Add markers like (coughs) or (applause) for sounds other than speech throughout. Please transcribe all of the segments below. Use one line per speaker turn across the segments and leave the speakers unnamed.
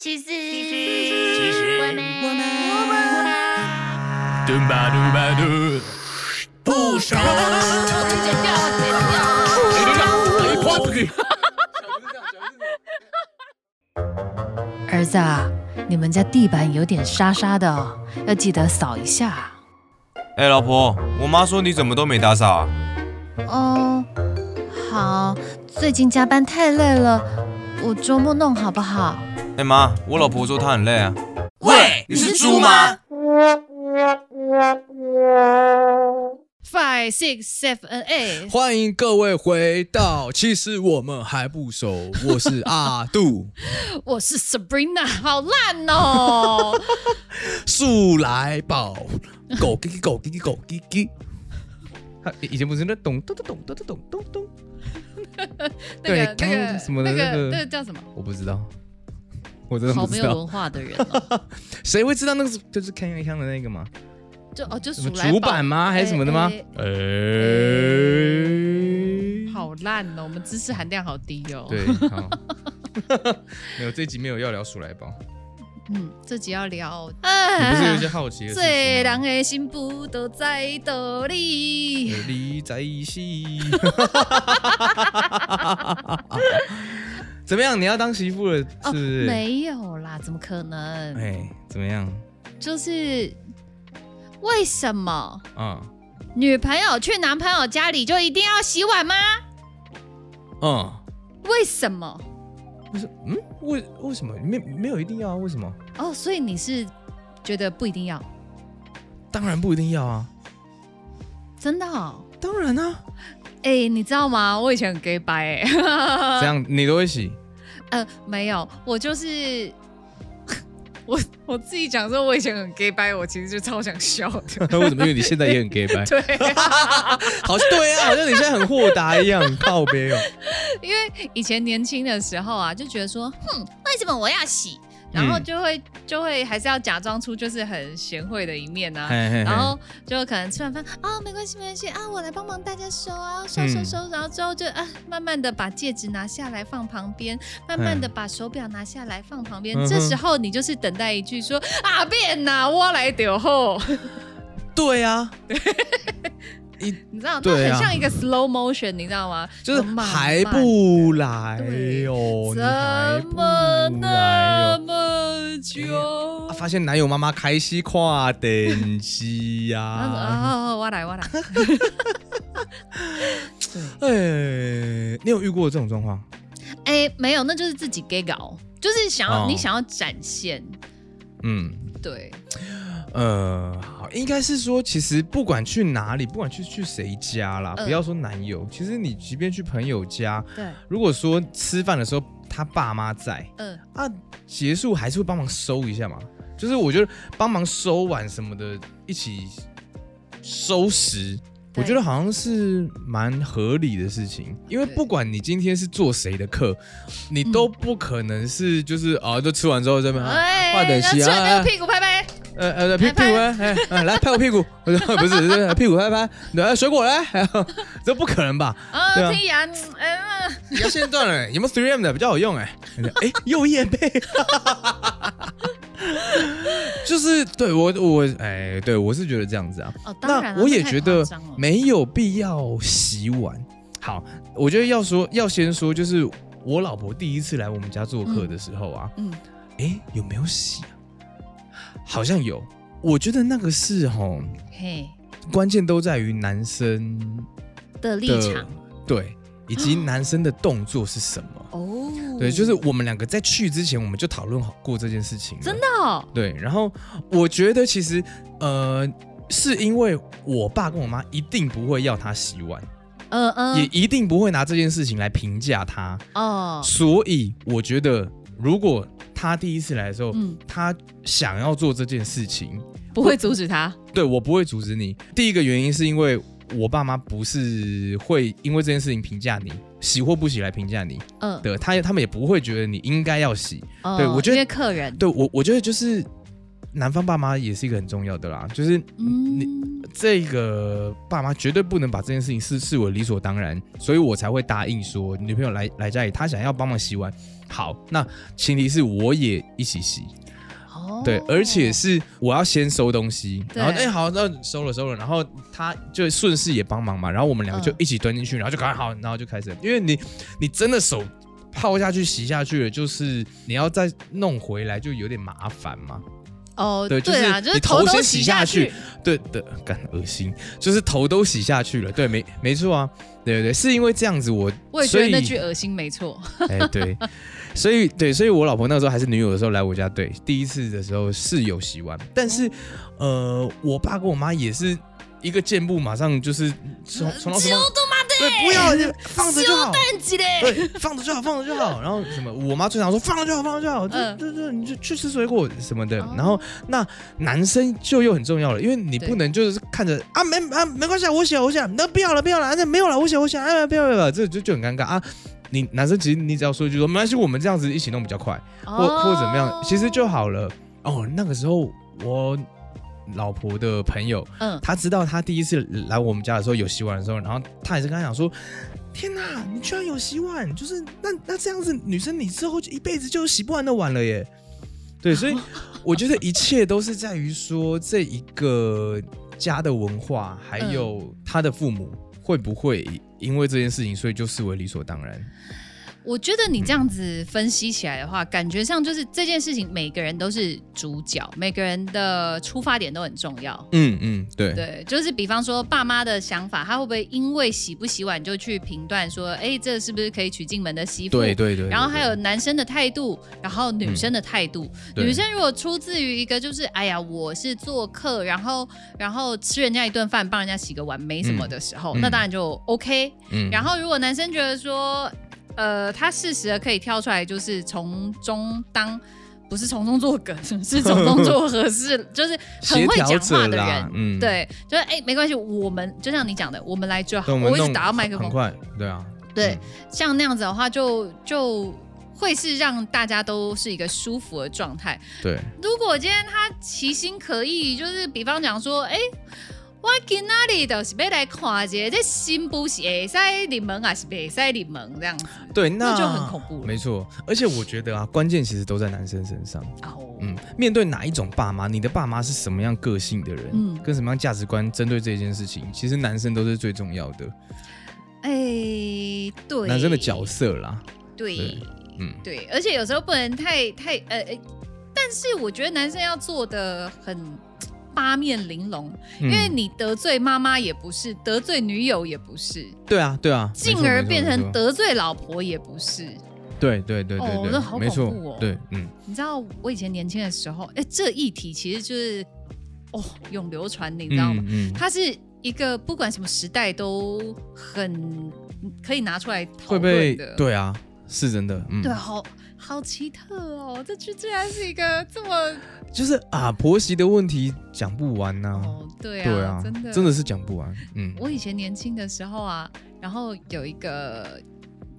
其实，
其实
我们，
我们
嘟吧嘟吧嘟，不
(laughs)
熟。
剪掉，剪掉。
儿子啊，你们家地板有点沙沙的哦，要记得扫一下。
哎、老婆，我妈说你怎么都没打扫啊？
哦，好，最近加班太累了，我周末弄好不好？
哎、妈，我老婆说她很累啊。
喂，
你是猪吗？
Five, six, seven, eight。
欢迎各位回到，其实我们还不熟，我是阿杜，
(laughs) 我是 Sabrina，好 (laughs) 烂哦！
速来宝，狗叽叽狗叽叽狗叽叽。他以前不是那咚咚咚咚咚咚咚咚，
那个
对
那
刚
个
刚什么的
那
那个
个那个叫什么？
我不知道，我真的
好
不
没
知
有
道，
文化的人哦，
谁会知道那个是就是铿锵锵的那个吗？
就哦就
什么
数来
主板吗？还是什么的吗？
哎
哎、
哎好烂哦，我们知识含量好低哦。，
对，好， (laughs) 没有这一集没有要聊鼠来宝，
嗯，这集要聊，
你不是有一
哎
些，好奇的事
最
情
人
吗？
的心不都在道理。
你在 (laughs) 戏，怎么样？你要当媳妇了，是
哦，
不是？
没有啦，怎么可能？
哎，怎么样？
就是为什么
啊，
女朋友去男朋友家里就一定要洗碗吗？
嗯，
为什么？
不是，嗯，为为什么没没有一定要啊？为什么？
哦，所以你是觉得不一定要，
当然不一定要啊，
真的、哦？
当然啊，
哎、你知道吗？我以前很 gay 白哎、
这样你都会洗，
(laughs)
(laughs)
呃，没有，我就是。 (laughs) 我我自己讲说，我以前很 gay 掰，我其实就超想笑的。
为什么？因为你现在也很 gay 白，
对，
(laughs) 好像对啊，好像你现在很豁达一样，靠边哦。
因为以前年轻的时候啊，就觉得说，哼，为什么我要洗？然后
嗯
就会、就会还是要假装出就是很贤惠的一面 (laughs) 啊，
嘿嘿嘿
然后就可能吃完饭啊，没关系没关系啊，我来帮忙大家收啊，收收
嗯
收，然后之后就啊，慢慢的把戒指拿下来放旁边，慢慢的把手表拿下来放旁边。
嗯哼
这时候你就是等待一句说啊，变呐，我来丢后，
对啊，
(laughs) 你知道，那
对
很
啊
像一个 slow motion，你知道吗？
就是
慢慢
还不来哦，
怎
你还不
么那
来哦。
么久
啊、？发现男友妈妈开始看电视呀、
啊
啊！
哦，我来我来，
哎、你有遇过这种状况？
哎，没有，那就是自己 gay 搞，就是想要
哦
你想要展现，
嗯，
对，
呃，好，应该是说，其实不管去哪里，不管去去谁家啦，
嗯
不要说男友，其实你即便去朋友家，
对，
如果说吃饭的时候他爸妈在，
嗯，
啊，结束还是会帮忙收一下嘛，就是我觉得帮忙收碗什么的，一起收拾，
对
我觉得好像是蛮合理的事情，因为
对
不管你今天是做谁的课，你都不可能是就是啊，就吃完之后这边啊
嗯哎，
换等席
那趁那
啊
个，屁股拍拍，
呃呃屁屁股哎哎哎来拍我屁股， (laughs) 不是不是是屁股拍拍， (laughs) 来水果来， (laughs) 这不可能吧？对
啊，
啊
听牙，嗯嗯，
牙线断了，有没有 3M 的比较好用？哎，哎，又夜配，就是对我我哎，对我是觉得这样子啊。
哦，当然
那
了，
我也
太
觉
夸
得
张了
没有必要洗碗。好，我觉得要说要先说，就是我老婆第一次来我们家做客的时候啊，
嗯，
哎，有没有洗啊？好像有，我觉得那个是吼，
嘿
关键都在于男生
的立
的
场
对，以及男生的动作是什么。
哦，
对，就是我们两个在去之前，我们就讨论好过这件事情。
真的。哦，
对，然后我觉得其实，呃，是因为我爸跟我妈一定不会要他洗碗，
嗯
也
嗯，
一定不会拿这件事情来评价他，
哦，
所以我觉得如果他第一次来的时候，
嗯，
他想要做这件事情，
不会阻止他，
对我不会阻止你。第一个原因是因为我爸妈不是会因为这件事情评价你洗或不洗来评价你
嗯，
的，他他们也不会觉得你应该要洗。
哦
对我觉得
因为客人，
对我，我觉得就是男方爸妈也是一个很重要的啦，就是你、
嗯，
这个爸妈绝对不能把这件事情视视为理所当然，所以我才会答应说女朋友来来家里，她想要帮忙洗碗，好，那前提是我也一起洗，
哦
对，而且是我要先收东西，
对
然后哎、好，那收了收了，然后他就顺势也帮忙嘛，然后我们两个就
嗯
一起端进去，然后就赶快好，然后就开始，因为你你真的手泡下去洗下去了，就是你要再弄回来就有点麻烦嘛，
哦，
对就是
啊，就是
你头
头都
先
洗
洗下
去
去，对的，干恶心，就是头都洗下去了，对，没没错啊，对对对，是因为这样子我，
我也觉得
所以
那句恶心没错。
哎、对，所以对，所以我老婆那时候还是女友的时候来我家，对，第一次的时候是有洗碗，但是呃，我爸跟我妈也是一个箭步，马上 (laughs) 就是从从到什么，对，不要就放着就好，对，放着就好，放着就好。然后什么，我妈最常说放着就好，放着就好，就
嗯
就就你就去吃水果什么的
哦。
然后那男生就又很重要了，因为你
对
不能就是看着啊没啊没关系啊，我写我写，那不要了不要了，啊那没有了我写我写，哎不要不要不要，这就就很尴尬啊。你男生其实你只要说一句说没关系，我们这样子一起弄比较快，或
哦
或怎么样，其实就好了。哦，那个时候我老婆的朋友，
嗯，
他知道他第一次来我们家的时候有洗碗的时候，然后他也是跟他讲说：“天哪，你居然有洗碗！就是那那这样子，女生你之后就一辈子就洗不完的碗了耶。”对，所以我觉得一切都是在于说这一个家的文化，还有他的父母会不会因为这件事情，所以就视为理所当然。
我觉得你这样子分析起来的话，感觉上就是这件事情，每个人都是主角，每个人的出发点都很重要。
嗯嗯，对
对，就是比方说爸妈的想法，他会不会因为洗不洗碗就去评断说，哎，这是不是可以娶进门的媳妇？
对对对。
然后还有
对嗯
男生的态度，然后女生的态度。
对
女生如果出自于一个就是，哎呀，我是做客，然后然后吃人家一顿饭，帮人家洗个碗，没什么的时候，
嗯
那当然就 OK。
嗯
然后如果男生觉得说，呃，他适时的可以跳出来，就是从中当。不是从中作梗， (laughs) 是从中做合适，
(laughs)
就是很
协
会
调
讲
者
话的
啦
人，，
嗯，
对，就是哎、没关系，我们就像你讲的，我们来就好。
对，我们
我一直
弄
打到麦克风
很，快，对啊，
对
嗯，
像那样子的话就，就会是让大家都是一个舒服的状态。
对。
如果今天他其心可意，就是比方讲说，哎、我今那里就是要来看一下，这新不是会使入门还是袂使入门这样子
对，那
就很恐怖了
没错，而且我觉得啊，关键其实都在男生身上。
哦。
嗯，面对哪一种爸妈，你的爸妈是什么样个性的人，
嗯
跟什么样价值观，针对这件事情，其实男生都是最重要的，
哎、对，
男生的角色啦。
对
对嗯，
对，而且有时候不能太太呃，呃但是我觉得男生要做的很八面玲珑，因为
嗯
你得罪妈妈也不是，得罪女友也不是，
对啊，对啊，
进
没错
而
没错
变
没
成
错
得罪老婆也不是。
对对对对
哦
对，
那好
没错
恐怖哦，
对，嗯，
你知道我以前年轻的时候，哎，这一题其实就是哦永流传，你知道吗？
嗯嗯
它是一个不管什么时代都很可以拿出来讨
会
论
被
的，
对啊，是真的，嗯，
对，啊好好奇特哦，这居居然是一个这么
就是啊，婆媳的问题讲不完呐，
哦，对啊，
对啊，
真的
真的是讲不完，嗯，
我以前年轻的时候啊，然后有一个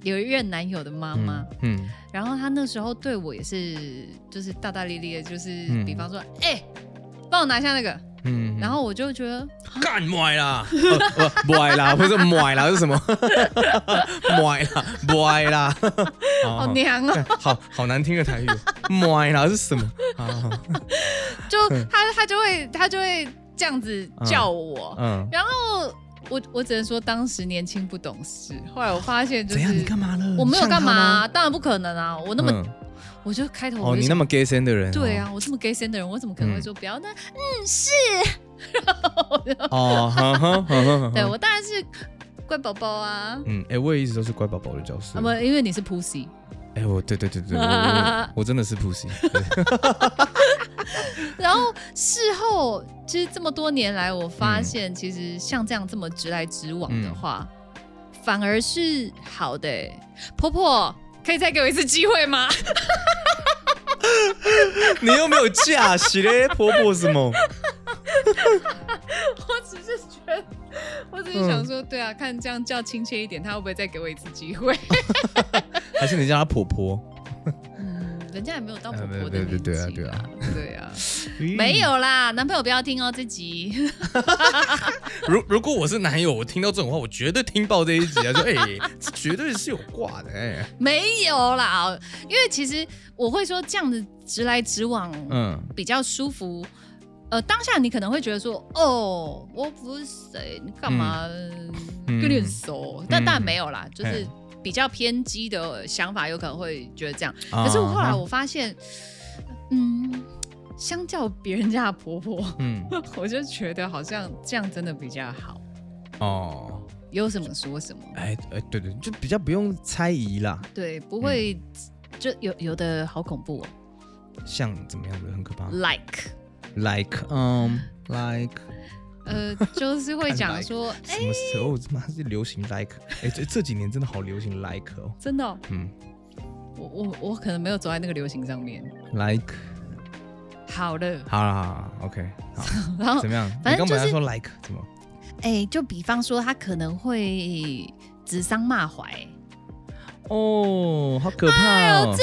有一任男友的妈
嗯
妈，，
嗯，
然后她那时候对我也是，就是大大咧咧，就是
嗯
比方说，哎、帮我拿下那个，
嗯，哦
然后我就觉得
干买 (laughs) 啦，呃不买啦，不是买啦，是什么？ (laughs) 买啦，买 (laughs) 啦，好
好娘
(laughs)
啊，
干好好难听的台语哦，买啦是什么？啊好好好
就她她就会她就会这样子叫我，
嗯，
然后我我只能说当时年轻不懂事，后来我发现就
怎样？你
是
干嘛了？
我没有
像他
干嘛、
吗？
当然不可能啊，我那么、
嗯
我就开头我
哦，
就
你那
想
么哦 gay 森的人，
对啊，我这么 gay 森的人，我怎么可能会说不要呢？嗯，是。
哦，哦，哼哼哼哼
对我当然是乖宝宝啊。
嗯，哎，我也一直都是乖宝宝的角色
啊。不，因为你是 pussy，
哎，我对对对
(laughs)
对，我我我真的是 pussy，对 (laughs)
然后事后其实这么多年来，我
嗯
发现其实像这样这么直来直往的话，反而是好的欸、婆婆，可以再给我一次机会吗？ (laughs)
你又没有嫁，洗嘞婆婆什么？
我只是觉得，我只是
嗯
想说，对啊，看这样叫亲切一点，她会不会再给我一次机会？
还是你叫她婆婆？
嗯， (laughs) 人家也没有到
呃
婆
没有
婆的
没有
年纪
对啊
啦，
对啊
对
(laughs)
啊，没有啦，男朋友不要听哦，这集 (laughs)
如如果我是男友，我听到这种话，我绝对听爆这一集啊！说哎、这绝对是有挂的哎、
没有啦，哦因为其实我会说这样子直来直往，
嗯，
比较舒服。呃，当下你可能会觉得说，哦，我不是谁，你干嘛
嗯
跟你很熟？但
嗯
当然没有啦，就是
嘿
比较偏激的想法，有可能会觉得这样。
嗯
可是我后来我发现，嗯，相较别人家的婆婆， (laughs)
嗯
我就觉得好像这样真的比较好，
哦，
有什么说什么，
哎哎，对对，就比较不用猜疑啦。
对，不会、
嗯
就有有的好恐怖哦
像怎么样的很可怕
嗯，like，
？Like，嗯、l i k e
呃，就是会
(laughs)
讲说，哎、
什么时候他妈是流行 like？哎，这这几年真的好流行 like 哦，
真的哦、
嗯
我我我可能没有走在那个流行上面。
，like，
好了，
好了好了，OK，好，
(laughs) 然后
怎么样？
反
你
正
刚
就
本
是
来说 like 怎么？
哎、就比方说他可能会指桑骂槐，
哦，好可
哎
怕哦！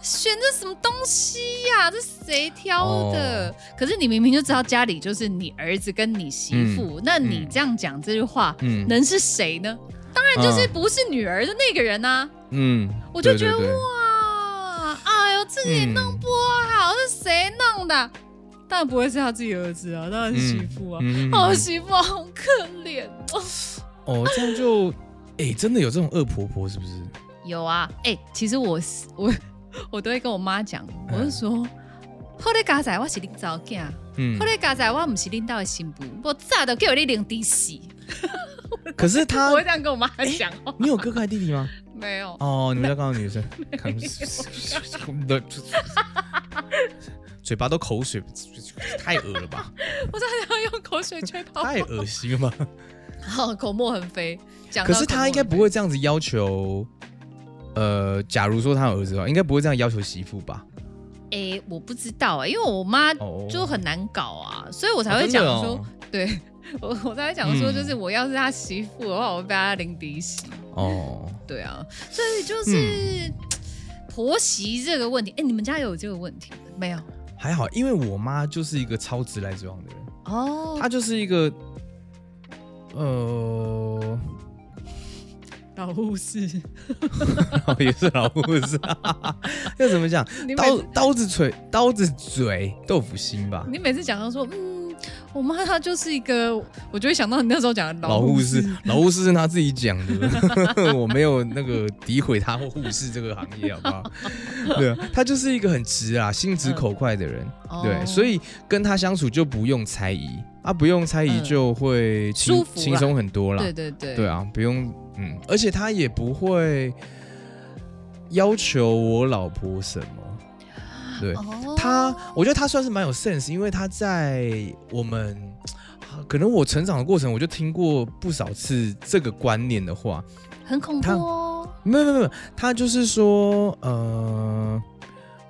选这什么东西呀、这谁挑的？
哦
可是你明明就知道家里就是你儿子跟你媳妇，那你这样讲这句话，
嗯
能是谁呢？当然就是不是女儿的那个人呐、
嗯，
我就
对
觉得
对嗯对
哇，哎呦，自己弄不好，是谁弄的？当然不会是他自己儿子啊，当然是媳妇啊。
嗯
哦，媳妇好可怜哦。
哦，这样就，哎、真的有这种恶婆婆是不是？
(laughs) 有啊，哎、其实我是我我都会跟我妈讲，我就说，后来家仔我是恁早囝，
嗯
后，来家仔我唔是恁家的媳妇，我早都叫你领地死。
可是她
我，会这样跟我妈
哎
讲哦，
你有哥哥还弟弟
(laughs)
吗？
没有，
哦，你们家刚好
(laughs)
女生，看 (laughs) 嘴巴都口水，太恶了
(laughs)
吧，
我差点要用口水吹泡泡，
太恶心了
(laughs)
吧？
好口沫横飞。讲到
可是
口沫
她
横
应该不
飞
会这样子要求，呃，假如说她有儿子的话，应该不会这样要求媳妇吧？
诶，我不知道啊、因为我妈
哦
就很难搞啊，所以我才
哦
会
真
讲
的
说，
哦
对 (laughs) 我我才会讲说，
嗯
就是我要是她媳妇的话，我会被她淋鼻血。
哦，
对啊，所以就是、
嗯
婆媳这个问题，哎、你们家有这个问题没有？
还好，因为我妈就是一个超直来直往的人。
哦，
他就是一个，呃，
老护士，
(laughs)
(laughs)
也是老护士， (laughs) 要怎么讲
你每？
刀
次
刀子嘴，刀子嘴豆腐心吧。
你每次讲到说，嗯，我妈她就是一个，我就会想到你那时候讲的
老
老
护
护
士，老护士是他自己讲的， (laughs) 我没有那个诋毁他或护士这个行业，好不
(laughs)
好？对啊，他就是一个很直啊，心直口快的人，
哦
对，所以跟他相处就不用猜疑啊，不用猜疑
嗯
就会轻、
舒服啦
轻松很多啦。
对对对，
对啊，不用，嗯，而且他也不会要求我老婆什么。对、
哦，
他，我觉得他算是蛮有 sense，因为他在我们 (sighs) 啊可能我成长的过程，我就听过不少次这个观念的话。
很恐怖
她
哦，
没有没有没有，他就是说，呃，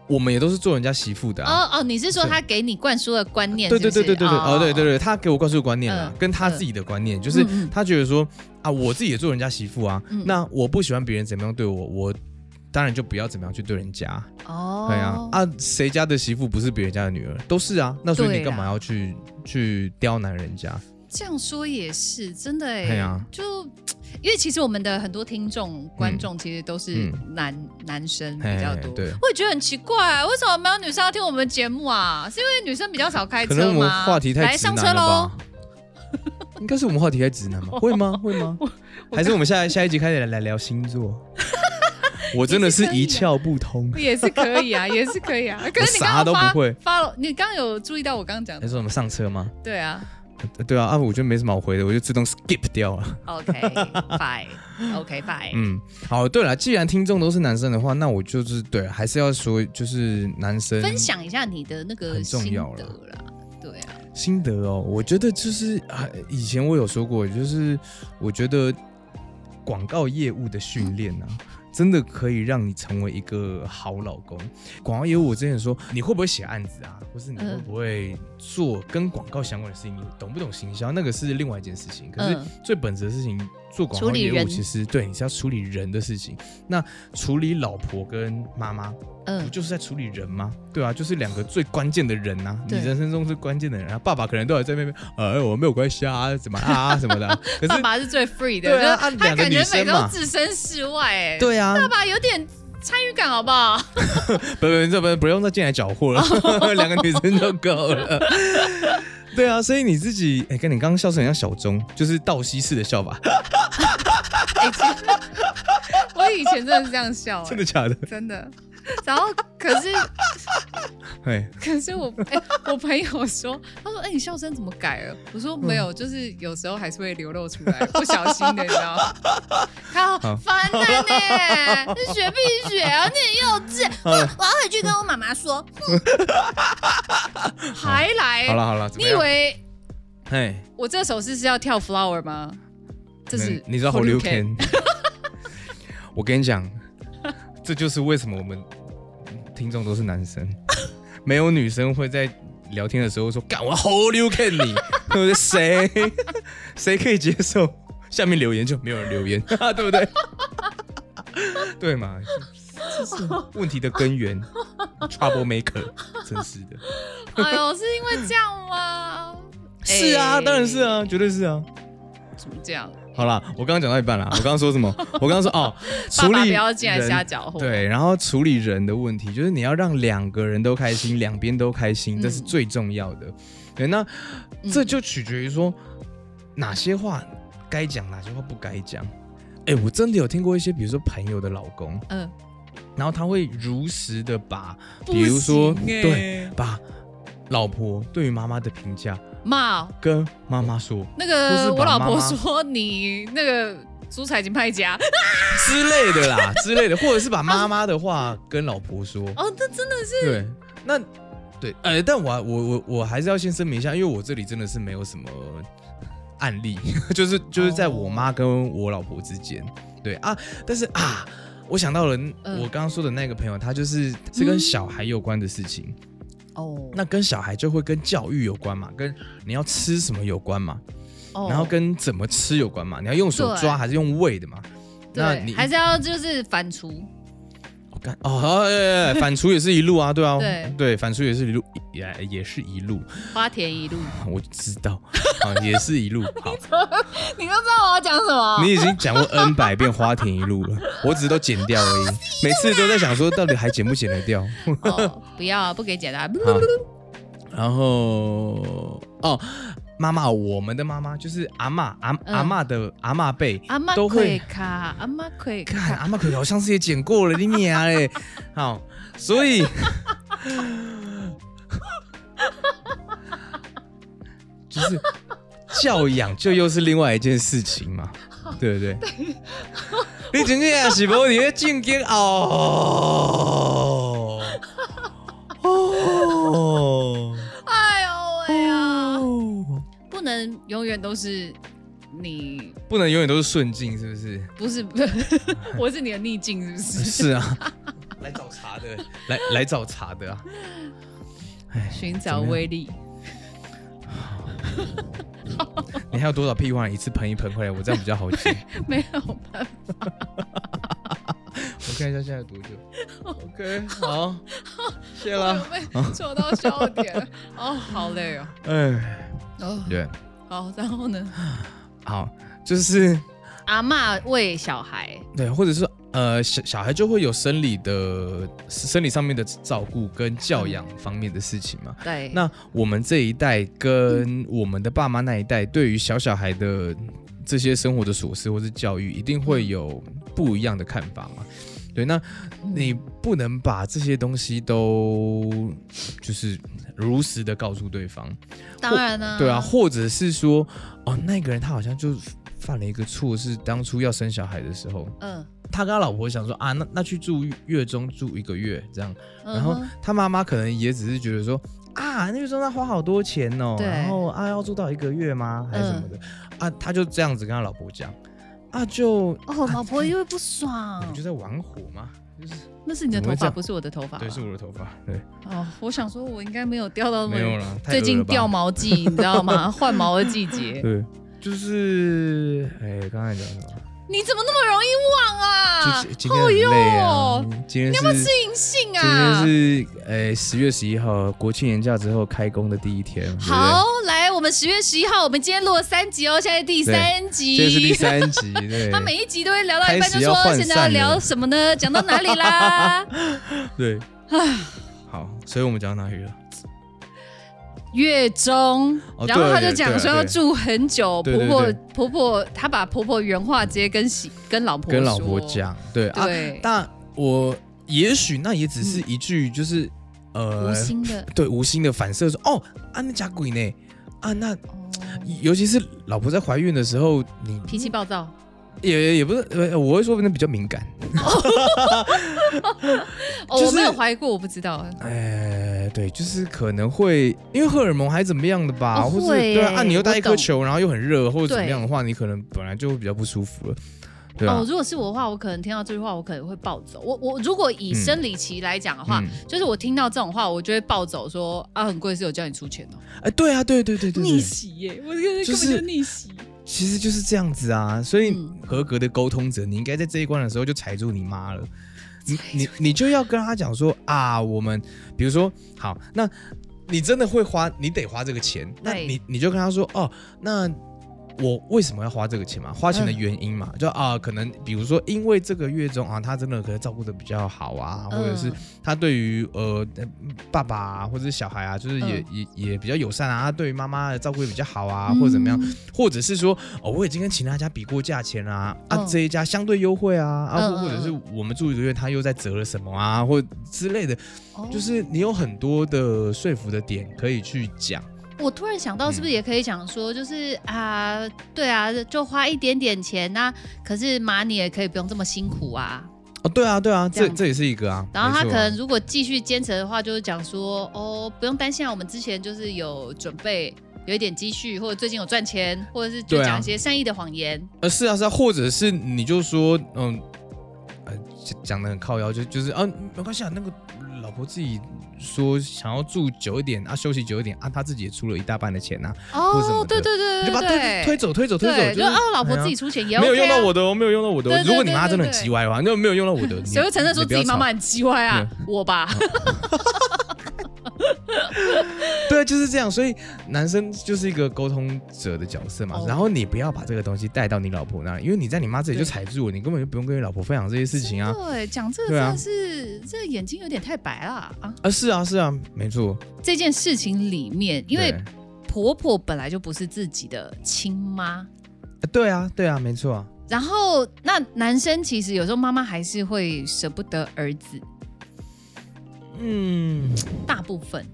我们也都是做人家媳妇的、啊。
哦哦，你是说
是
她给你灌输的观念
对
是
对
不是？
对对对对，哦对
对，
对对，他给我灌输的观念啊，
嗯
跟他自己的观念，就是
嗯嗯
他觉得说啊，我自己也做人家媳妇啊，
嗯
那我不喜欢别人怎么样对我，我当然就不要怎么样去对人家，
哦，
对啊，啊，谁家的媳妇不是别人家的女儿，都是啊，那所以
对
你干嘛
啦
要去去刁难人家？
这样说也是真的哎、
对啊
就因为其实我们的很多听众、观众其实都是
嗯
男、男生
嘿
比较多，
对
我也觉得很奇怪，为什么没有女生要听我们节目啊？是因为女生比较少开
可能
车
我们
吗？
话题太
来
直
上车
男了
喽
吧？？应该是我们话题太直男
(laughs)
吧？会吗？会吗？还是我们下下一集开始来来聊星座？我真的是一窍
(laughs)
不通。
也是可以啊，也是可以
(laughs)
啊。可是你刚
啥
刚
都
发
不会
发了，你刚刚有注意到我刚刚讲
还
的？
说我们上车吗？
对啊
呃对啊，啊，我觉得没什么好回的，我就自动 skip 掉了。
(laughs) ，OK，bye，OK，bye，、
嗯，好，对了，既然听众都是男生的话，那我就是对，还是要说，就是男生
分享一下你的那个
很重
心
要
得
了
啦。对啊，
心得哦，我觉得就是啊，以前我有说过，就是我觉得广告业务的训练啊，真的可以让你成为一个好老公。广告业务，我之前说你会不会写案子啊，或是你会不会做跟广告相关的事情，你懂不懂行销，那个是另外一件事情。可是
嗯
最本质的事情，做广
处
告
理
业务，
人
其实对你是要处理人的事情。那处理老婆跟妈妈，不
嗯，
就是在处理人吗？对啊，就是两个最关键的人呐、你
对
人生中最关键的人啊。爸爸可能都还在那边，呃，我没有关系啊，怎么啊什么的啊。可
爸
是，
爸是最 free 的，
对啊
就他
啊两个
感觉
女
每
生
个都
嘛
置身事外，哎，
对啊，
爸爸有点参与感好不好？ (laughs)
不不这不不用再进来搅和
哦
了， (laughs) 两个女生就够了。对啊，所以你自己，哎、跟你刚刚笑声很像小钟，就是倒吸式的笑法，
我以前真的是这样笑，
(laughs) 真
哎
的假的？
真的。然后可是 (laughs)
哎，
可是我哎、我朋友说，他说哎、你笑声怎么改了？我说没
嗯
有，就是有时候还是会流露出来，不小心的，你知道吗？
(laughs)
他好
好
烦的呢，这学必学啊，你很幼稚，
(laughs) 好了
我要回去跟我妈妈
(laughs)
说。
还来？
好了好了，怎
哎你以
么样？
为
哎，
我这首诗是要跳 flower 吗？这是
你你知道
Holy
Holy u
Can
Can？我跟你讲，这就是为什么我们听众都是男
(laughs)
生，没有女生会在聊天的时候说“干我 Holy u Can
(laughs)
你”，对不对？谁谁可以接受？下面留言就没有人
(laughs)
留言，对不对？对嘛？这是问题的根源，Trouble Maker，真是的。
哎呦，是因为这样吗？
(laughs) 是啊，
哎
当然是，啊，绝对是啊。
怎么这样？
好啦，我刚刚讲到
(laughs)
一半啦。我刚刚说什么？我刚刚说哦，
爸
处
爸不
理
要进来
人
瞎搅和。
对，然后处理人的问题，就是你要让两个人都开心，两边都开心，这是
嗯
最重要的。对，那这就取决于说、哪些话该讲，哪些话不该讲。哎，我真的有听过一些，比如说朋友的老公，
嗯，
然后他会如实的把，
不
比如说
行欸
对，把老婆对于妈妈的评价
妈，
跟妈妈说
那
或是
个
把
我老婆
妈妈
说你那个猪财经派家，
之类的
(laughs)
啦，之类的，或者是把妈妈的话跟老婆说。
哦，这真的是
对，那对，呃，但我还我我我还是要先声明一下，因为我这里真的是没有什么案例， (laughs) 就是就是在我妈跟我老婆之间，对啊，但是啊，我想到了
嗯
我刚刚说的那个朋友，他就是是跟小孩有关的事情，
哦
那跟小孩就会跟教育有关嘛，跟你要吃什么有关嘛，
哦
然后跟怎么吃有关嘛，你要用手抓
对
还是用喂的嘛，那
对
你，
还是要就是反刍，
我干哦，哎哎哎反刍也是一路啊，对啊，
对
(laughs) 对，反刍也是一路，也也是一路。
花田
(laughs)
一路。
我知道，啊，也是一路好。
(laughs) 你都知道我要讲什么？
你已经讲过 N 百遍花田一路了，我只是都剪
(laughs)
掉而已，每次都在想说到底还剪不剪得掉。
哦，不要不给解答。
好然后哦，妈妈，我们的妈妈就是阿嬷，阿
嗯
阿嬷的阿嬷辈
(laughs) 阿妈
都
奎
会
卡，阿妈奎
看
卡，
阿妈可好像是也剪过了，你娘 (laughs) 嘞！好，所以就是教养，就又是另外一件事情 (laughs) 嘛，对不对？你真正也是无你的正经 (laughs) 哦哦
哎呦喂啊！
哦，
不能永远都是你，
不能永远都是顺境，是不是？
不是 (laughs) 我是你的逆境，是不是？
是 (laughs) 啊，来找茬的，来来找茬的啊！哎
寻
怎
找
么样
威力。
你还有多少屁话？一次喷一喷回来，我这样比较好接。
没有办法，
(laughs) 我看一下现在有多久。OK，好，谢
我
啦
有。被戳到笑点了。哦，好累
(laughs)
哦。
哎，
哦，
对，
好，然后呢？
好，就是
阿妈喂小孩，
对，或者是呃，小小孩就会有生理的生理上面的照顾跟教养方面的事情嘛。
对，
那我们这一代跟我们的爸妈那一代，对于小小孩的这些生活的琐事或是教育，一定会有不一样的看法嘛？对，那你不能把这些东西都就是如实的告诉对方，
当然呢、
对啊，，或者是说，哦，那个人他好像就犯了一个错，是当初要生小孩的时候，
嗯，
他跟他老婆想说啊，那那去住月中住一个月这样，然
然
后他妈妈可能也只是觉得说啊，那个时候他花好多钱哦，
对嗯
然后啊要住到一个月吗，还是什么的、啊，他就这样子跟他老婆讲啊，就
哦，老婆又会
嗯
不
你不
爽
就，在玩火吗？就是
那是你的
怎
头
么会这
发，
样
不是我的头发吧。
对，是我的头发，对，
哦，我想说，我应该没有掉到那么
没有啦太
嗯最
恶
近
(laughs) 了吧
掉毛季，你知道吗？换毛的季节。
对，就是，哎，刚才讲什么？
你怎么那么容易忘啊？
就今今天很累啊
哦哟，
今天
你要不要
是
吃银杏
今天
啊？
是哎十月十一号国庆年假之后开工的第一天，对不对
好，，来，我们十月十一号，我们今天录了三集哦，现在第三集。
这是第三集，
(laughs)
对，
他每一集都会聊到一半，就
开始要
说
涣散
现在要聊
了
什么呢？讲到哪里
(laughs)
啦？
对，好，所以我们讲到哪里了？
月中，
哦
然后
对
他就
对
讲
对
说要
对
住很久，
对
婆
对
婆
对
婆婆，他把婆婆原话直接跟媳跟老婆
跟老
说
婆，讲，对啊，
对，
但我也许那也只是一句，就是、
嗯无
呃，
心的，
对无心的反射说，哦，啊那假鬼呢，啊那
哦
(laughs) 尤其是老婆在怀孕的时候，你
脾气暴躁，
也也不是，呃，我会说那比较敏感，
哦，
就是
我没有怀疑过，我不知道，啊
哎，对，就是可能会因为荷尔蒙还怎么样的吧，
哦
或是
会
对啊，
耶
啊你又带一
我
颗
懂
球，然后又很热或者怎么
对
样的话，你可能本来就会比较不舒服了，对啊吧、
哦，如果是我的话，我可能听到这句话，我可能会暴走。我我如果以
嗯
生理期来讲的话，
嗯
就是我听到这种话，我就会暴走说啊，很贵是有叫你出钱哦，
哎，对啊，对对对对对，
逆袭耶、我这个
就
根
是
本就逆袭。
其实就是这样子啊，所以
嗯
合格的沟通者，你应该在这一关的时候就踩住你妈了。你你你就要跟他讲说啊，我们比如说好，那你真的会花，你得花这个钱，那
对
你你就跟他说哦，那我为什么要花这个钱嘛？花钱的原因嘛，就啊，可能比如说因为这个月中啊，他真的可能照顾的比较好啊，或者是
嗯
他对于呃爸爸、啊、或者是小孩
嗯
啊，就是也、也也比较友善啊，他对于妈妈的照顾也比较好啊，
嗯
或者怎么样，或者是说哦，我已经跟其他家比过价钱啦、啊，
嗯
这一家相对优惠啊，啊，
嗯
或或者
嗯
是我们住一个月，他又在折了什么啊，或之类的，
哦
就是你有很多的说服的点可以去讲，
我突然想到，
嗯
是不是也可以讲说，就是啊、对啊，就花一点点钱那、可是妈你也可以不用这么辛苦啊。
哦，对啊，对啊，
这
这
样
这也是一个啊，
然后他
没
可
错啊
能如果继续坚持的话，就是讲说，哦，不用担心啊，我们之前就是有准备，有一点积蓄，或者最近有赚钱，或者是就
对啊
讲一些善意的谎言。
呃，是啊，是啊，或者是你就说，嗯，呃，讲讲的很靠腰，就就是啊，没关系啊，那个老婆自己说想要住久一点啊，休息久一点啊，她自己也出了一大半的钱呐、或者什
哦
么，
对
的
对对
你就
对
把她推
对，
推走，推走，推走，
对，
就
就是哦，老婆
哎呀
自己出钱也 OK
没
啊
有用到我的哦，没有用到我的哦
对。对
如果你
对
妈
对
真的很
对
叽歪的话，那没有用到我的。
谁会承认说自己妈妈
你
很鸡歪啊？我吧，
不要吵？对，就是这样。所以男生就是一个沟通者的角色嘛
哦。
然后你不要把这个东西带到你老婆那里，因为你在你妈这里就
对
踩住了，你根本就不用跟你老婆分享这些事情啊。
对，讲这个
对
真
啊
的是，这眼睛有点太白了啊！
啊，是啊，是啊，没错。
这件事情里面，因为
对
婆婆本来就不是自己的亲妈，
呃对啊，对啊，没错啊。
然后那男生其实有时候妈妈还是会舍不得儿子，
嗯，
大部分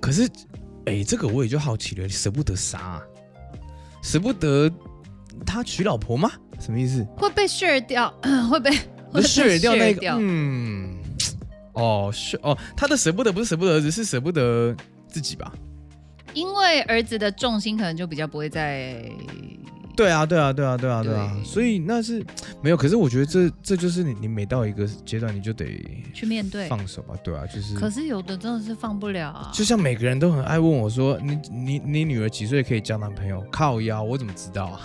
可是，哎，这个我也就好奇了，舍不得啥啊、舍不得他娶老婆吗？什么意思？
会被削掉， (coughs) 会
(laughs)
被会
就
被
削掉那
share
个，嗯，哦，是哦，他的舍不得不是舍不得儿子，是舍不得自己吧？
因为儿子的重心可能就比较不会在。
对啊，对啊，对啊，对啊，对啊，
对
所以那是没有，可是我觉得这这就是你你每到一个阶段，你就得
去面对，
放手吧，对啊，就是。
可是有的真的是放不了啊。
(laughs) 就像每个人都很爱问我说：“你你你女儿几岁可以交男朋友？”靠腰，我怎么知道啊？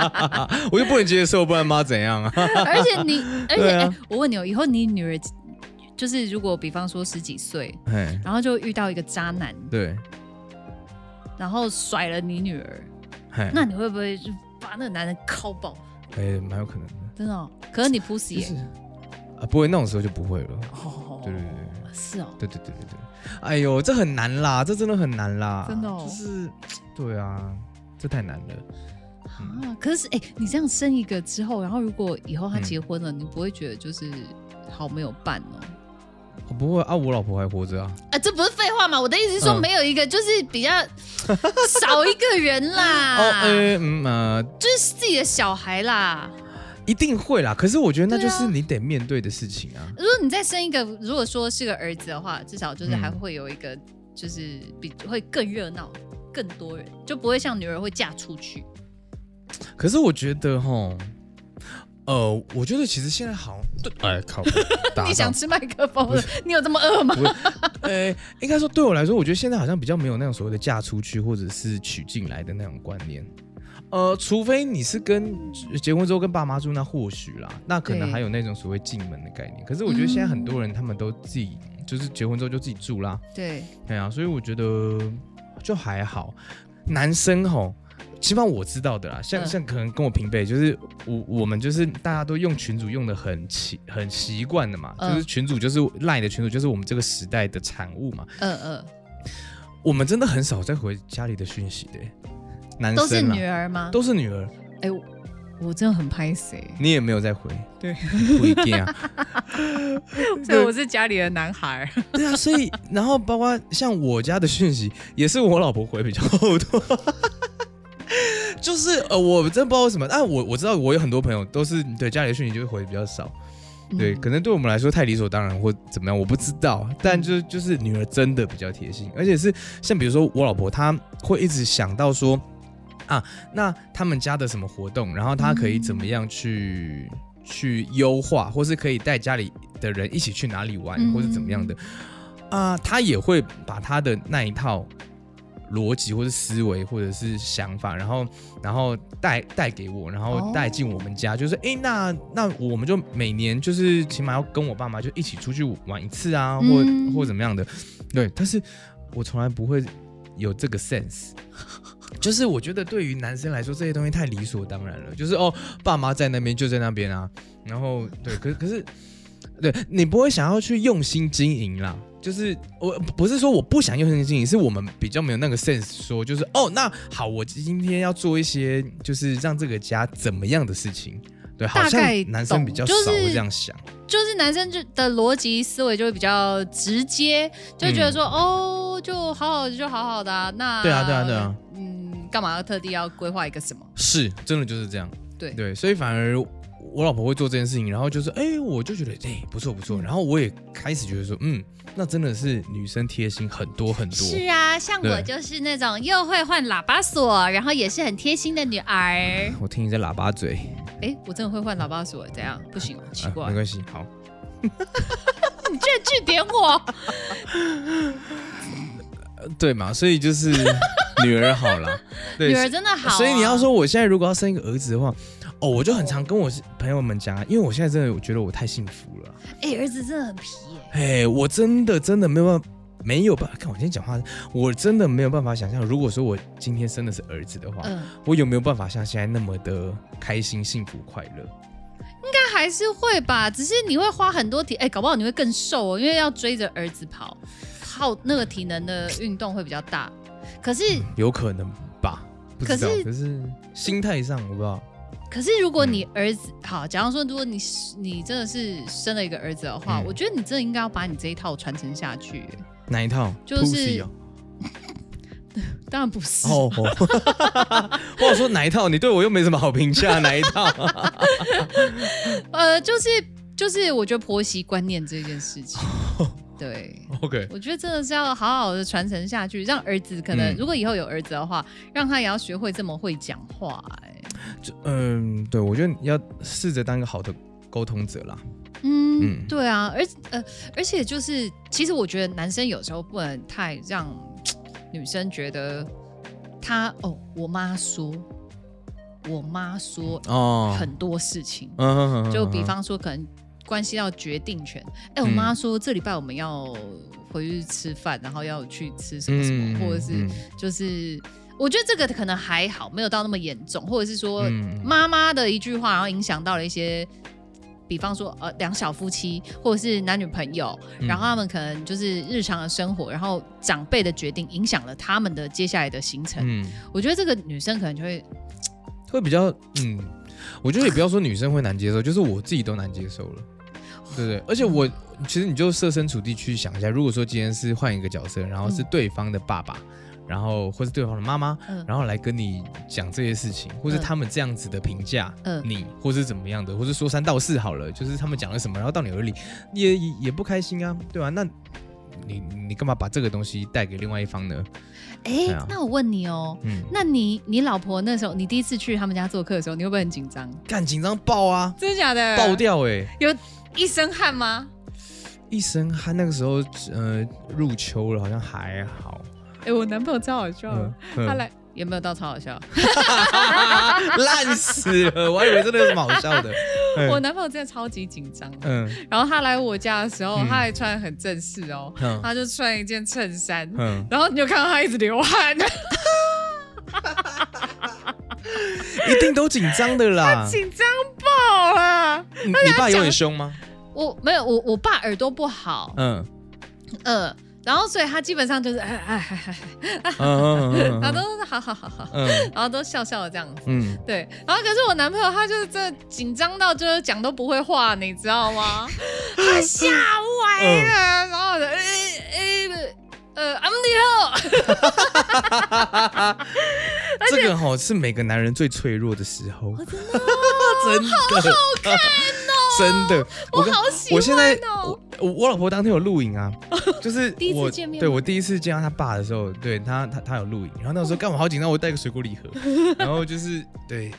(laughs) 我就不能接受，不然妈怎样啊？ (laughs)
而且你，而且、
对啊
哎我问你哦，以后你女儿就是如果比方说十几岁，
嘿，
然后就遇到一个渣男，
对，
然后甩了你女儿，
嘿，
那你会不会就把那个男人敲爆？
哎，蛮有可能的，
真的、哦，可是你 pussy
就
耶、
是啊，不会那种时候就不会了。
哦，
对对对对。
是哦，
对对对对对，哎呦，这很难啦，这真的很难啦，
真的哦
就是，对啊，这太难了。
啊，可是哎、你这样生一个之后，然后如果以后他
嗯
结婚了，你不会觉得就是好没有伴哦？
我不会啊，我老婆还活着啊，
啊，这不是废话嘛？我的意思是说，
嗯
没有一个、就是比较少一个人啦，
(laughs) 哦，哎，嗯呃，
就是自己的小孩啦。
一定会啦，可是我觉得那
对
就
啊
是你得面对的事情啊。
如果你再生一个，如果说是个儿子的话，至少就是
嗯
还会有一个，就是比会更热闹，更多人，就不会像女儿会嫁出去。
可是我觉得哈，呃，我觉得其实现在好像对，
(laughs)
哎靠，打到
你想吃麦克风了？你有这么饿
(laughs)
吗？
不是，呃，应该说对我来说，我觉得现在好像比较没有那种所谓的嫁出去或者是娶进来的那种观念。呃，除非你是跟结婚之后跟爸妈住，那或许啦，那可能
对
还有那种所谓进门的概念。可是我觉得现在很多人他们都自己、就是结婚之后就自己住啦，
对，
对啊，所以我觉得就还好。男生吼，起码我知道的啦，像、
嗯
像可能跟我平辈，就是我我们就是大家都用群主用的很习很习惯的嘛，
嗯
就是群主就是赖的群主就是我们这个时代的产物嘛，
嗯嗯，
我们真的很少再回家里的讯息的耶，男
都是
生
女
啦。
儿吗？
啊都是女儿，
哎，我我真的很拍谁，
你也没有再回，
对，
不一定啊，
(laughs) 所以我是家里的男孩。
对啊，所以然后包括像我家的讯息，也是我老婆回比较多，就是呃，我真不知道为什么，但我我知道我有很多朋友都是对家里的讯息就会回比较少，对，
嗯
可能对我们来说太理所当然或怎么样，我不知道。但
嗯
就就是女儿真的比较贴心，而且是像比如说我老婆，她会一直想到说啊，那他们家的什么活动，然后她可以怎么样去、
嗯
去优化，或是可以带家里的人一起去哪里玩，
嗯
或是怎么样的啊，她也会把她的那一套。逻辑或是思维或者是想法，然后然后带带给我，然后带进我们家，就是哎、诶那那我们就每年就是起码要跟我爸妈就一起出去玩一次啊，或、
嗯
或怎么样的，对。但是我从来不会有这个 sense，就是我觉得对于男生来说这些东西太理所当然了，就是哦，爸妈在那边就在那边啊，然后对，可可是对你不会想要去用心经营啦。就是我不是说我不想用心经营，是我们比较没有那个 sense 说，就是哦，那好，我今天要做一些就是让这个家怎么样的事情。对，好
大
像
概
男生比较
懂就
少
是
会这样想。
就是男生就的逻辑思维就会比较直接，就会觉得说、哦，就好好的就好好的、啊，那
嗯对啊对啊对啊，
嗯，干嘛要特地要规划一个什么？
是，真的就是这样。
对
对，所以反而我老婆会做这件事情，然后就是，哎、我就觉得，哎、不错不
嗯
错，然后我也开始觉得说，嗯，那真的是女生贴心很多很多。
是啊，像我
对
就是那种又会换喇叭锁，然后也是很贴心的女 (laughs) 儿。
我听你在喇叭嘴，
哎，我真的会换喇叭锁，怎样？不行哦，奇
啊
怪，
没关系，好。
你居然 (laughs) 拒点我，
呃对嘛，所以就是 (laughs) 女儿好了，对
女儿真的好啊、
所以你要说，我现在如果要生一个儿子的话，哦，我就很常跟我朋友们讲啊，因为我现在真的我觉得我太幸福了，
哎，儿子真的很皮耶，
哎，我真的真的没有办法，没有办法，看我今天讲话，我真的没有办法想象，如果说我今天生的是儿子的话，
嗯，
我有没有办法像现在那么的开心、幸福、快乐？
但还是会吧，只是你会花很多体，哎、搞不好你会更瘦哦，因为要追着儿子跑，耗那个体能的运动会比较大。可是，
有可能吧？不知道
可是，
可是心态上我不知道。
可是如果你
嗯
儿子、好，假如说如果你是你真的是生了一个儿子的话，
嗯
我觉得你真的应该要把你这一套传承下去。
哪一套？
就是
Pussy 哦
当然不是，
(laughs) 哦，哦我想说哪一套？你对我又没什么好评价，哪一套？
(laughs) 呃，就是就是，我觉得婆媳观念这件事
(laughs)
情，对。
(laughs) OK，
我觉得真的是要好好的传承下去，让儿子可能、
嗯
如果以后有儿子的话，让他也要学会这么会讲话、哎，
就嗯，对，我觉得要试着当一个好的沟通者啦。
嗯
嗯，
对啊，而呃，而且就是，其实我觉得男生有时候不能太让女生觉得他哦，我妈说，我妈说
哦，
很多事情，
嗯，嗯
就比，方说可能关系到决定权，哎、我
嗯
妈说这礼拜我们要回去吃饭，然后要去吃什
嗯
么什么，或者是
嗯
就是。我觉得这个可能还好，没有到那么严重，或者是说
嗯
妈妈的一句话，然后影响到了一些，比方说呃两小夫妻或者是男女朋友，
嗯
然后他们可能就是日常的生活，然后长辈的决定影响了他们的接下来的行程。
嗯，
我觉得这个女生可能就会
会比较嗯，我觉得也不要说女生会难接受，就是我自己都难接受了，对不对？而且我其实你就设身处地去想一下，如果说今天是换一个角色，然后是对方的爸爸，然后或是对方的妈妈，
嗯
然后来跟你讲这些事情，或是
嗯
他们这样子的评价，
嗯
你或是怎么样的，或是说三道四好了，就是他们讲了什么，然后到你耳里也也也不开心啊，对吧、那你你干嘛把这个东西带给另外一方呢？
哎、
对啊
那我问你哦，
嗯，
那你你老婆那时候，你第一次去他们家做客的时候，你会不会很紧张？
干紧张爆啊，
真的假的？
爆掉哎、
一身汗吗？
一身汗。那个时候呃入秋了，好像还好。
哎、我男朋友超好笑的，
嗯
他来有没有到超好笑？
(laughs) 烂死了，我还以为真的有什么好笑的。嗯
(laughs) 我男朋友真的超级紧张，
嗯
然后他来我家的时候，
嗯
他还穿很正式哦，
嗯
他就穿一件衬衫，
嗯，
然后你就看到他一直流汗，
一定都紧张的啦。
紧张爆了。
你你爸有很凶吗？
我没有，我我爸耳朵不好，
嗯
呃，然后所以他基本上就是哎哎哎哎，
嗯嗯嗯
他都
嗯
是好好好好，
嗯
然后都笑笑的这样子。
嗯，
对，然后可是我男朋友他就是真的紧张到就是讲都不会话，你知道
(laughs)
吗？他吓歪
嗯
了，然后我就呃呃呃，俺们以后
这个哈是每个男人最脆弱的时候，
哦
(laughs) 真的 (laughs) 真的，真的，
我
跟
好喜欢哦
我现在我我我老婆当天有
(laughs)
录影啊，就是
第一次
我
见面吗
对我第一次见到她爸的时候，对她她她有录影，然后那时
哦
候干嘛好紧张，我带个水
(laughs)
果礼盒，然后就是对，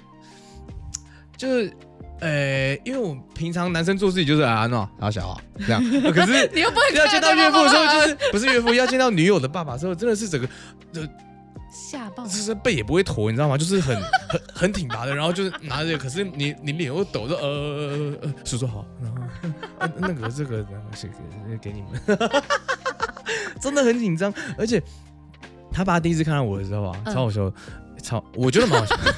就是呃，因为我平常男生做事情就是啊那然后小啊
(laughs)
这样，可是
你又不会
要见到岳父的时候，就是是不是岳父，要见到女友的爸爸的时候，真的是整个
吓爆。
就是背也不会驼，你知道吗？就是很 (laughs) 很很挺拔的，然后就是拿着，可是你你脸又抖着，呃呃呃呃，叔叔好，然后、 (laughs) 呃、那个这个那个是给给你们， (laughs) 真的很紧张，而且他爸第一次看到我的时候啊，
嗯
超好笑的，超我觉得蛮好笑的，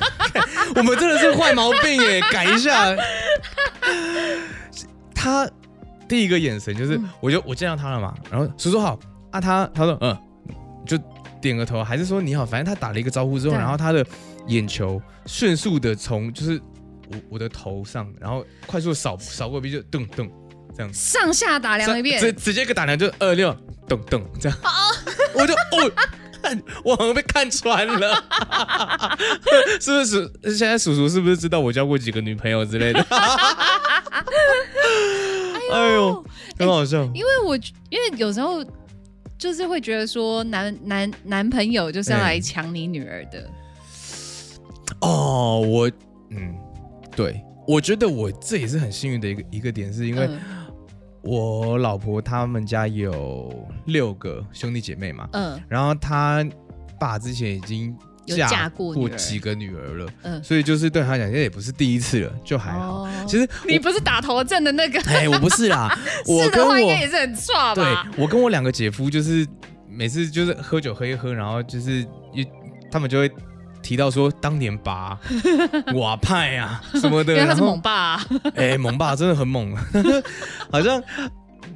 我们真的是坏毛病耶，改一下。他第一个眼神就是，我就我见到他了嘛，然后叔叔好啊他，他说嗯，就点个头，还是说你好，反正他打了一个招呼之后，
对
然后他的眼球迅速的从就是我我的头上，然后快速地扫扫过一遍，就咚咚这样子，
上下打量一遍，
直直接给打量就二六咚咚这样， (laughs) 我就哦。看我好像被看穿了， (laughs) 是不是叔？现在叔叔是不是知道我交过几个女朋友之类 (laughs) 的？哎呦，很好笑。
因为我因为有时候就是会觉得说男男男朋友就是要
嗯
来抢你女儿的，
哦，我嗯，对，我觉得我这也是很幸运的一个一个点，是因为
嗯
我老婆他们家有六个兄弟姐妹嘛，
嗯
然后她爸之前已经
有
嫁
嫁过女儿
几个女儿了，
嗯，
所以就是对她讲，这也不是第一次了，就还好。
哦
其实
你
我
不是打头阵的那个，
哎，我不是
(laughs)
啦，我
是
跟
的
我
话应该也是很差
对
吧？
我跟我两个姐夫就是每次就是喝酒喝一喝，然后就是一他们就会提到说当年拔
(laughs)
瓦派啊什么的，
因为他
然
是
后
猛爸、啊，
哎、猛爸真的很猛， (laughs) 好像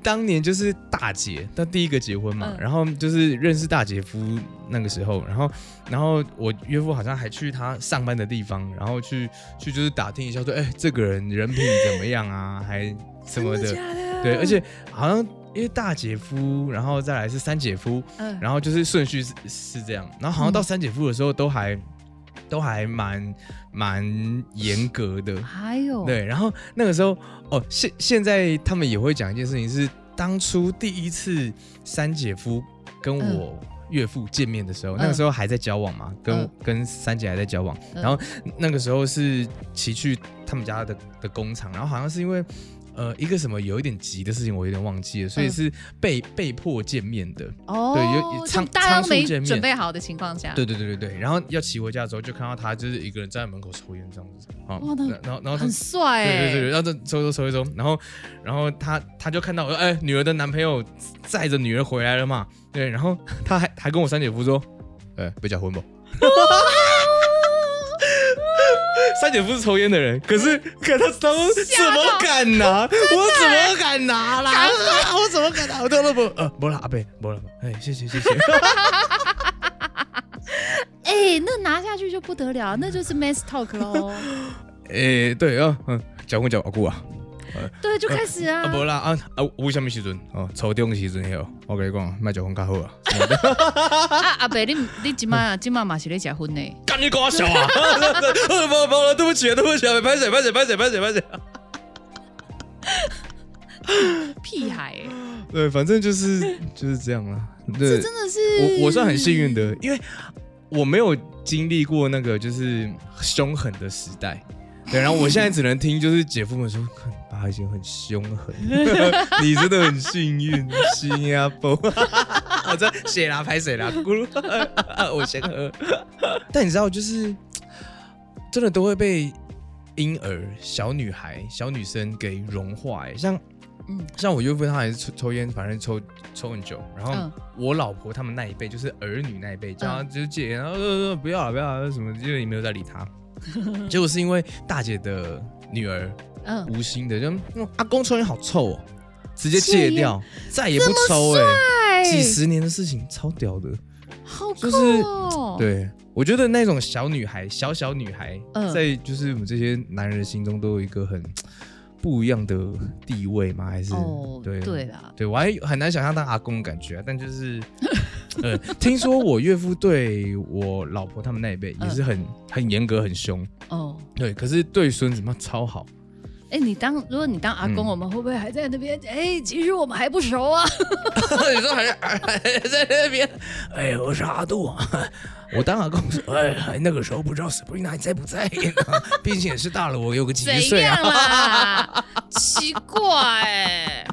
当年就是大姐，她第一个结婚嘛，
嗯
然后就是认识大姐夫那个时候，然后然后我岳父好像还去他上班的地方，然后去去就是打听一下说，哎、这个人人品怎么样啊，还什么的，对，而且好像因为大姐夫，然后再来是三姐夫，
嗯，
然后就是顺序是是这样，然后好像到三姐夫的时候都还、都还蛮蛮严格的，
还有，
对，然后那个时候，哦，现现在他们也会讲一件事情是，当初第一次三姐夫跟
嗯
我岳父见面的时候，那个
嗯
时候还在交往嘛，跟、
嗯
跟三姐还在交往，
嗯
然后那个时候是骑去他们家的的工厂，然后好像是因为。呃，一个什么有一点急的事情，我有点忘记了，所以
嗯
是被、被迫见面的。
哦，
对有有
就
仓
大家
仓
都
促
没
见面
准备好的情况下，
对对对对对。然后要骑回家的时候，就看到他就是一个人站在门口抽烟这样子。啊
哇那，
然后然后他
很帅哎、
对对对，然后就抽抽抽一抽，然后然后他他就看到我，哎、女儿的男朋友载着女儿回来了嘛，对，然后他还还跟我三姐夫说，哎、被结婚不？ (laughs) 三姐夫是抽烟的人，可是可他他们怎么敢拿？我怎么敢拿啦？啊我怎么敢拿？我都不呃，不啦，阿贝，不啦，哎、谢谢谢谢。
哎、那拿下去就不得了，那就是 mass talk 喽，
(laughs) (laughs) 哎、对啊，嗯，结婚结阿姑啊。
对，就开始啊
啊，，无啦，啊啊，有啥物时阵？哦，初中的时阵迄，我跟你讲，卖酒婚较好啊。
啊阿伯，你你今晚 (laughs) 今晚嘛是咧结婚呢？
干你瓜小啊！ (laughs) 不不不了，对不起，啊对不起，拍手拍手拍手拍手拍手。
屁孩、欸，
对，反正就是就是这样了。对，
真的是
我我算很幸运的，因为我没有经历过那个就是凶狠的时代。对，然后我现在只能听就是姐夫们说，看爸已经很凶狠，你真的很幸运，新加坡， (laughs) 我这血啦拍水啦，咕噜， (laughs) 我先喝。但你知道，就是真的都会被婴儿、小女孩、小女生给融化、欸，像。
嗯
像我岳父他还是抽抽烟，反正抽抽很久。然后
嗯
我老婆他们那一辈，就是儿女那一辈，叫他就是戒烟，然后呃不要了不要了什么，就是也没有再
(laughs)
理他。结果是因为大姐的女儿
嗯，
无心的，就嗯阿公抽烟好臭哦，直接戒掉，再也不抽哎、
哎
几十年的事情，超屌的。
好酷
就
哦，，
对，我觉得那种小女孩、小小女孩，
嗯
在就是我们这些男人心中都有一个很不一样的地位吗？还是、
哦，
对
对啦，
对我还很难想象当阿公的感觉、啊，
(laughs)
但就是，呃，听说我岳父对我老婆他们那一
嗯
辈也是很、很严格、很凶，
哦，
对，可是对孙子妈
(laughs)
超好，
哎，你当如果你当阿公，
嗯
我们会不会还在那边？哎，其实我们还不熟啊。
你说还是在那边，哎，我是阿杜 (laughs) 啊。我当阿公说，哎，那个时候不知道 Spring 还在不在 (laughs) 呢，毕竟也是大了我有个几十
怎
岁
样
啊。
啦？ (laughs) 奇怪、欸，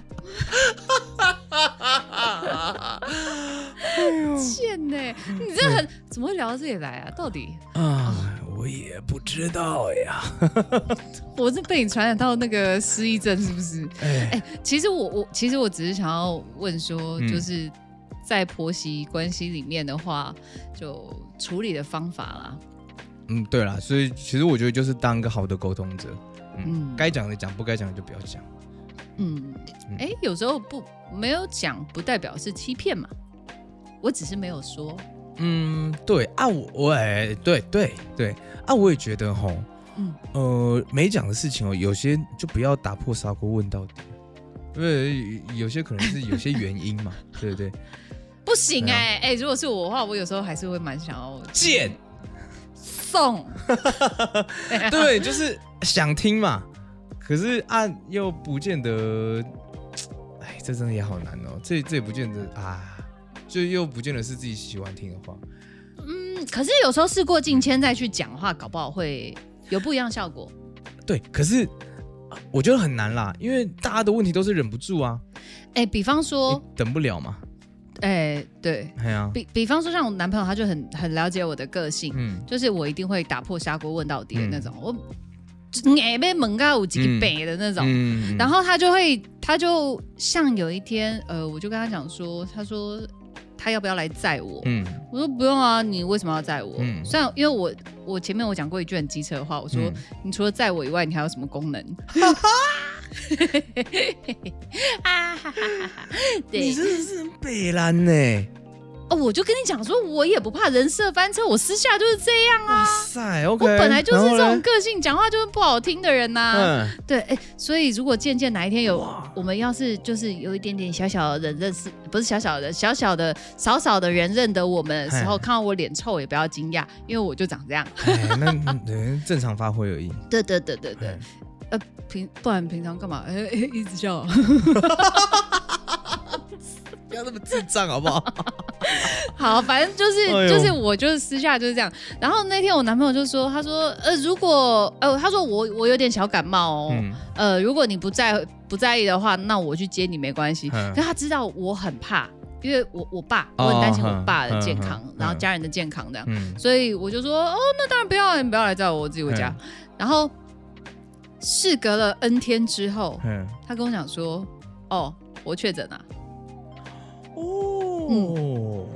贱呢、你这很怎么会聊到这里来啊？到底
啊，我也不知道呀。
我是被你传染到那个失忆症是不是？
哎，
其实我我其实我只是想要问说，就是在婆媳关系里面的话，就处理的方法啦。
嗯，对啦，所以其实我觉得就是当一个好的沟通者，嗯
嗯，
该讲的讲，不该讲的就不要讲。
嗯，哎、有时候不没有讲，不代表是欺骗嘛。我只是没有说，
嗯，对啊，我我哎，对对对啊，我也觉得吼，
嗯
呃，没讲的事情哦，有些就不要打破砂锅问到底，因为有些可能是有些原因嘛，对不对？
不行
对啊
哎、哎、如果是我的话，我有时候还是会蛮想要
(laughs) 贱，
送。 (laughs)
对，就是想听嘛，可是啊，又不见得，哎，这真的也好难哦，这这也不见得啊，就又不见得是自己喜欢听的话，
嗯，可是有时候事过境迁再去讲的话，搞不好会有不一样效果。
对，可是啊我觉得很难啦，因为大家的问题都是忍不住啊，
哎、比方
你
说，
等不了嘛，
哎、对
哎呀、
比比方说，像我男朋友他就很很了解我的个性，
嗯，
就是我一定会打破砂锅问到底的
嗯
那种，我就哎被猛到有几
嗯
北的那种。
嗯
然后他就会，他就像有一天，呃，我就跟他讲说，他说他要不要来载我？
嗯
我说不用啊，你为什么要载我？
嗯
虽然因为我我前面我讲过一句很机车的话，我说、
嗯
你除了载我以外，你还有什么功
(laughs)
能？ (laughs) 啊哈哈哈哈！对
你，真的是很北蓝呢、
哦，我就跟你讲说，我也不怕人设翻车，我私下就是这样
哇
啊。
塞，OK，
我本来就是这
然后
种
嘞，
个性，讲话就是不好听的人呐、
嗯，
对，哎、所以如果渐渐哪一天有我们要是就是有一点点小小的人认识，不是小小的小小的少少的人认得我们的时候，
嘿
看到我脸臭也不要惊讶，因为我就长这样。
哎，那 (laughs) 嗯正常发挥而已，
对对对对对
嗯，
呃，平不然平常干嘛？ (laughs) 哎、哎一直笑啊、
不要那么智障好不好？
好，反正就是、
哎呦
就是我就是私下就是这样。然后那天我男朋友就说，他说呃，如果呃，他说我我有点小感冒 (laughs) 哦，
嗯，
呃，如果你不在不在意的话，那我去接你没关系。
嗯
可他知道我很怕，因为我我爸，我
哦
很担心我爸的健
嗯嗯
康，
嗯
然后家人的健康这样，
嗯，
所以我就说，哦，那当然不要，你不要来载我，我自己回家。然后事隔了 N 天之后，
嗯，
他跟我讲说，哦，我确诊了。
哦，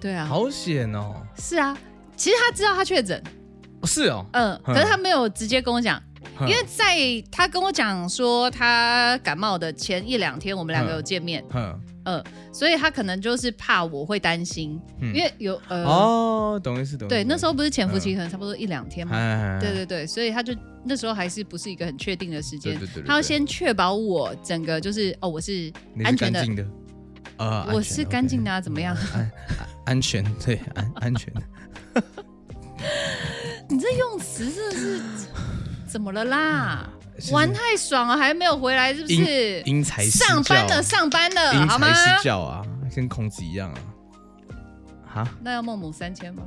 对啊，
好险哦，
是啊，其实他知道他确诊，
哦是哦，
嗯，可
嗯
是他没有直接跟我讲，因
嗯
为在他跟我讲说他感冒的前一两天，我们两个
嗯
有见面。
嗯，
嗯，所以他可能就是怕我会担心，
嗯
因为有呃，
哦，懂意思，懂意思，
对，那时候不是潜伏期
嗯
可能差不多一两天
哎，
嘛，
哎，哎
对对对，所以他就那时候还是不是一个很确定的时间
对对对对，对
他要先确保我整个就是哦，我是
你
安
是
全
干
的，
净的，呃，
我是干净的
啊
啊，怎么样？
安安安全，对，安
(laughs)
安全，
你这用词真的是怎么了啦？
(laughs) 其实
玩太爽了，还没有回来是不是？
因材施教
上
啊
班了，上班了，
因
好吗
材？施教啊，跟孔子一样啊。哈
那要孟母三迁吗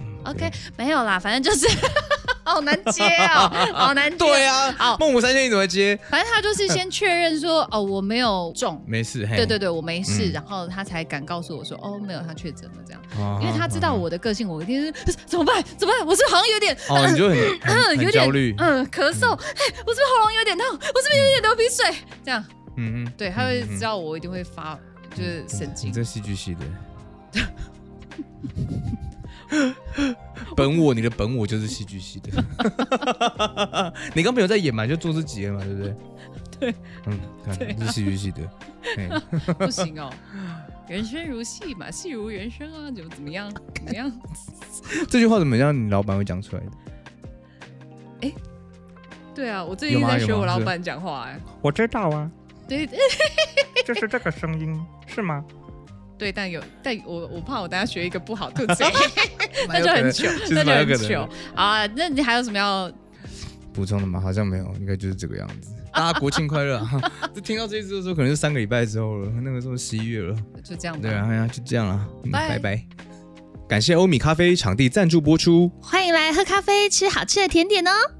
嗯
？OK，没有啦，反正就是 (laughs) 好难接
(laughs)
哦，好难接。
对啊，
好
孟母三迁你怎么接？
反正他就是先确认说，哦，我没有中，
没事，嘿，
对对对，我没事，
嗯
然后他才敢告诉我说，哦，没有，他确诊了这样。
哦，
因为他知道我的个性，我一定是 (laughs) 怎么办？怎么办？我是不是好像有点
哦，
(laughs)
你就很很
嗯，有
很
点
焦虑，
嗯，咳嗽，哎，我是不是喉咙有点痛？我是不是有点流鼻水？这样，
嗯嗯，
对，他会知
嗯。嗯
道我一定会发，就是神
你
经。
这戏剧系的，本我，你的本我就是戏剧
(laughs)
系的。你刚没有在演嘛，就做自己了嘛，对不对？
对，啊
嗯，看，你是戏剧系的。嘿
(laughs) 不行哦，人生如戏嘛，戏如人生啊，怎么怎么
(laughs)
样，怎么样？
这句话怎么让你老板会讲出来的？
对啊，我最近
有吗
在
有
学
吗
我老
是
板讲话，哎，
我知道啊，
对对
就是这个声音，是吗？
对，但有，但我我怕我等下学一个不好，对
(laughs)
不对？那
那
就很糗，那
其实
就
蛮有
很
可
糗
能的。
好啊！那你还有什么要？
补充的吗？好像没有，应该就是这个样
(laughs)
子。大家国庆快乐！啊！ (laughs) 这听到这一次的时候，可能是三个礼拜之后了，那个时候十一月了。
就这样吧。
对啊，哎呀，就这样了，嗯
拜
拜拜。感谢欧米咖啡场地赞助播出。
欢迎来喝咖啡，吃好吃的甜点哦。